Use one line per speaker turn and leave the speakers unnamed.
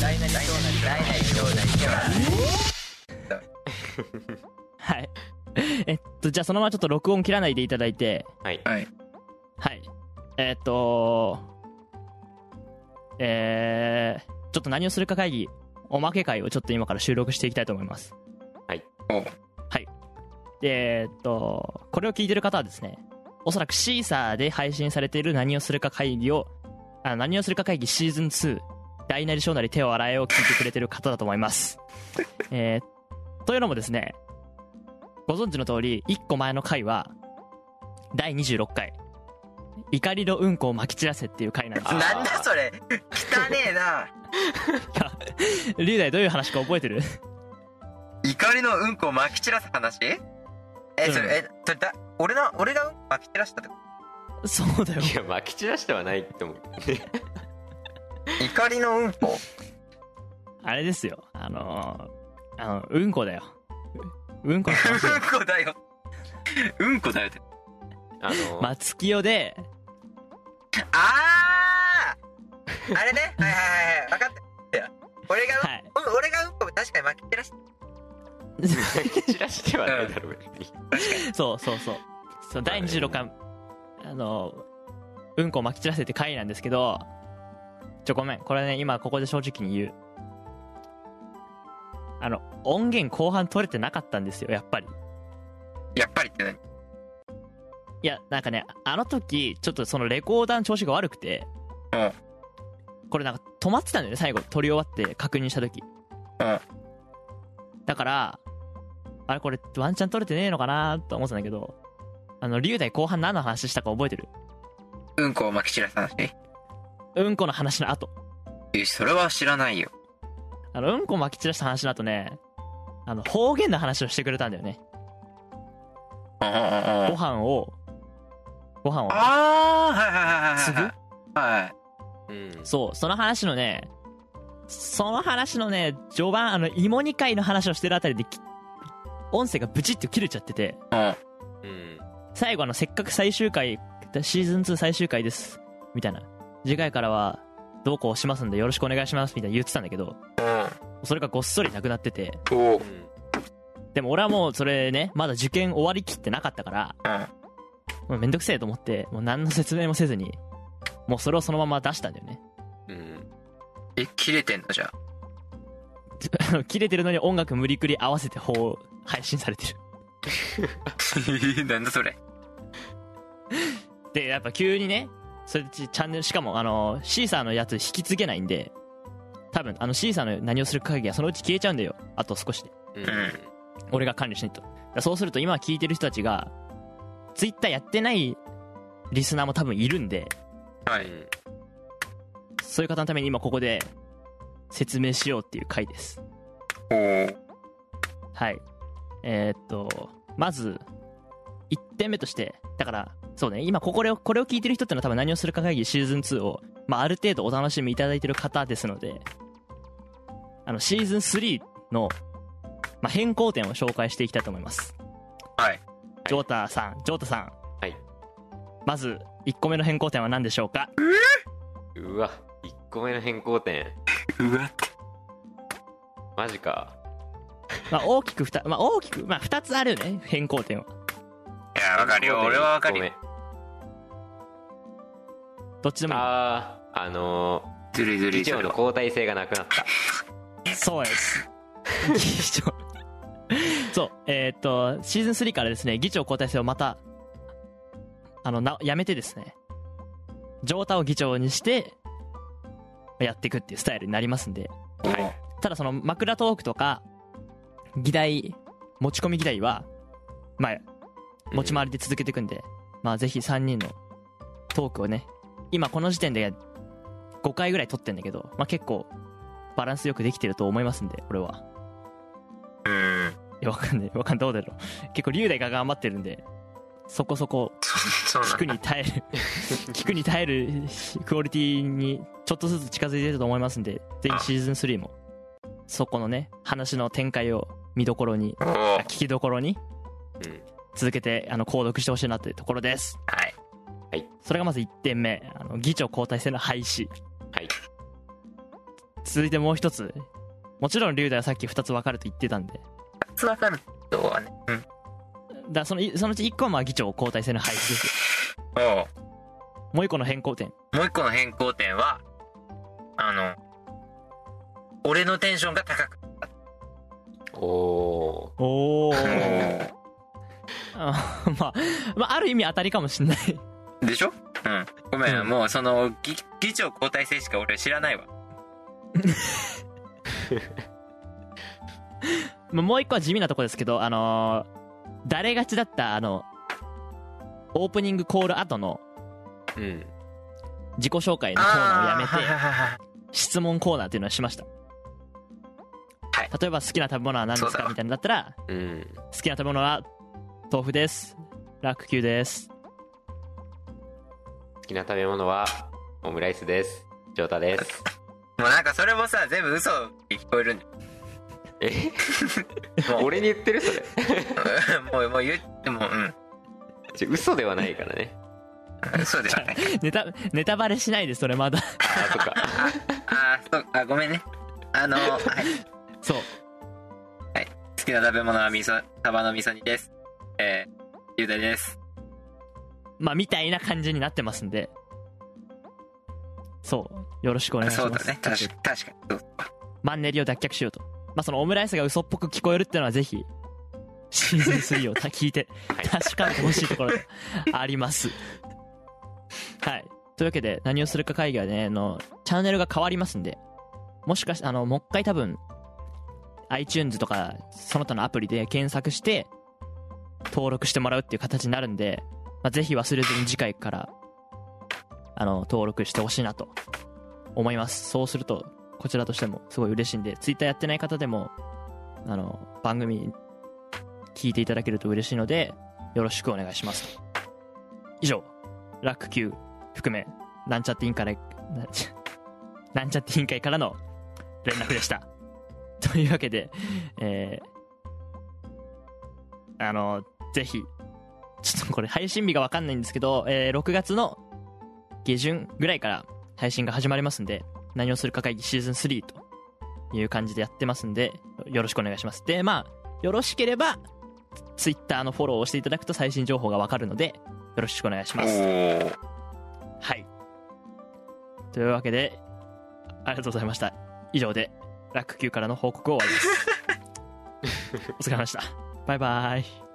大なり小なり大なり小なり
はい。えっと、じゃあそのままちょっと録音切らないでいただいて、
はい。
はい
はい。えっと、えー、ちょっと何をするか会議、おまけ会をちょっと今から収録していきたいと思います。
お
でえっと、これを聞いてる方はですね、おそらくシーサーで配信されている何をするか会議を、あ何をするか会議シーズン2、大なり小なり手を洗えを聞いてくれてる方だと思います。えーというのもですね、ご存知の通り、1個前の回は、第26回、怒りのうんこをまき散らせっていう回なんです
あー
なんだそれ汚ねえな
けど、 リュウダイどういう話か覚えてる
怒りのうんこをまき散らす話えそれ、
うん
えそれだ俺の俺がうんこまき散らしたってこ
そうだよ。
いや、まき散らしてはないと思う。
と怒りのうんこ
あれですよ、あのー、あの、うんこだよ。うんこの話 だよ
うんこだようんこだよって
あの、
松清で、
あああれねはいはいはいはい分かった俺が、
はい。
うん俺がうんこ確かにまき散らした
まき散らしてはないだろう、別に。
そうそうそう。そう第26回、あの、うんこをまき散らせって回なんですけど、ちょ、ごめん。これね、今ここで正直に言う。あの、音源後半取れてなかったんですよ、やっぱり。
やっぱりって何
いや、なんかね、あの時、ちょっとそのレコーダーの調子が悪くて、
うん
これなんか止まってたんだよね、最後。撮り終わって確認した時。
うん
だから、あれこれワンチャン撮れてねえのかなと思ってたんだけど、あの、龍大後半何の話したか覚えてる
うんこをまき散らす話
うんこの話の後。
えそれは知らないよ
あの、うんこまき散らした話の後ね、あの、方言の話をしてくれたんだよね。
うんうんうんう
ご
ん
飯を、ご飯を、
ああはいはいはい
す
はい
ぐ
はいはい
うん。
そう、その話のね、その話のね、序盤、あの、芋煮会の話をしてるあたりでき、音声がブチッと切れちゃってて、
うん
うん。
最後あの、せっかく最終回、シーズン2最終回です、みたいな。次回からは、どうこうしますんでよろしくお願いします、みたいな言ってたんだけど、それがごっそりなくなってて、
おお
うん。
でも俺はもうそれね、まだ受験終わりきってなかったから、もうめんどくせえと思って、もう何の説明もせずに、もうそれをそのまま出したんだよね。
うん。
え切れてんのじゃあ
あの切れてるのに音楽無理くり合わせて放配信されてる。
なんだそれ
で、やっぱ急にね、それでチャンネル、しかもあの、シーサーのやつ引き継げないんで、多分あのシーサーの何をするか会議はそのうち消えちゃうんだよ。あと少しで。
うん。
俺が管理しないと。だからそうすると今聞いてる人たちが、ツイッターやってないリスナーも多分いるんで、
は
うん
そういう方のために今ここで説明しようっていう回です。
おお
はい。えーっと、まず、1点目として、だから、そうね、今ここれを、これを聞いてる人ってのは多分何をするか会議シーズン2を、まあ、ある程度お楽しみいただいてる方ですので、あの、シーズン3の、まあ、変更点を紹介していきたいと思います。
はい
ジョータさん、ジョータさん。
はい。
まず、1個目の変更点は何でしょうか
うわ、1個目の変更点。
うわ
マジか。
まあ、大きく2、まあ、大きく、まあ、2つあるよね、変更点は。
いやわかるよ俺はわかるよ
よ。
どっちでもい
あー、あの
ずるいず
ー、
る
議
いそ
長
れ
の
は
交代性がなくなった。
い。そうです。議長。そう、えーっと、シーズン3からですね、議長交代制をまた、あの、な、やめてですね、ジョータを議長にして、やっていくっていうスタイルになりますんで、
はい。
ただその枕トークとか議題持ち込み議題はまあ持ち回りで続けていくんで、まあぜひ3人のトークをね今この時点で5回ぐらい撮ってんだけど、まあ、結構バランスよくできてると思いますんで俺は
うん
いやわかんないわかんないどうだろう結構龍大が頑張ってるんでそこそこ
そうなん
聞くに耐え る聞くに耐えるクオリティにちょっとずつ近づいてると思いますんでぜひシーズン3もそこのね話の展開を見どころに
おお
あ聞きどころに
うん。
続けてあの購読してほしいなというところです
はい
それがまず1点目あの議長交代制の廃止
はい。
続いてもう一つもちろん龍大はさっき2つ分かると言ってたんで
つわかるとはね。うん。
だからそのいそのうち1個はまあ議長交代制の廃止です よ
おう
もう1個の変更点
もう一個の変更点は、あの、俺のテンションが高く。
おお
おお
お
ま あ、まあ、ある意味当たりかもしんない
でしょうん。ごめん、
うん
もうその、議議長交代制しか俺知らないわ。
まあもう一個は地味なとこですけど、あのー誰がちだった、あの、オープニングコール後の
ー。うん。
自己紹介のコーナー
あ
をや
ーはい
め
は
て、
いはいはい
質問コーナーっていうのはしました。
はい
例えば好きな食べ物は何です
そう
か
だ
みたいなのだったら、
うん。
好きな食べ物は豆腐です。ラック球です。
好きな食べ物は、オムライスです。ジョータです。
もうなんかそれもさ、全部嘘って聞こえるんだよ。
え
もう、
俺に言ってるそれ。
もう、もう言っても、う
ちょ嘘ではないからね。
ん。そうではない。
ネタ、ネタバレしないです、そ れまだ。
あ、とか。
あー、そう、あ、ごめんね。あ の、はい。
そう。
好きな食べ物は味噌、サバの味噌煮です。えー、ゆうだいです。
まあ、みたいな感じになってますんで。そう。よろしくお願いしま
そ
す。
うだね。確か確かに。そう
マンネリを脱却しようと。まあ、そのオムライスが嘘っぽく聞こえるっていうのはぜひ、シーズン3をた聞いて、確かめてほしいところがあります。はい。というわけで、何をするか会議はね、あの、チャンネルが変わりますんで、もしかして、あの、もう一回多分、iTunes とか、その他のアプリで検索して、登録してもらうっていう形になるんで、まあ、ぜひ忘れずに次回から、あの、登録してほしいなと思います。そうすると、こちらとしてもすごい嬉しいんで、ツイッターやってない方でも、あの、番組聞いていただけると嬉しいので、よろしくお願いしますと。以上、ラック Q 含め、なんちゃって委員会 から、なんちゃなんちゃって委員会からの連絡でした。 というわけで、えーあの、ぜひ、ちょっとこれ配信日がわかんないんですけど、えー6月の下旬ぐらいから配信が始まりますんで、何をするか会議シーズン3という感じでやってますんで、よろしくお願いします。で、まあ、よろしければ、ツイッターのフォローをしていただくと最新情報がわかるので、よろしくお願いします。
おー。
はい。というわけで、ありがとうございました。以上で、ラック級からの報告を終わります。お疲れ様でした。バイバイ。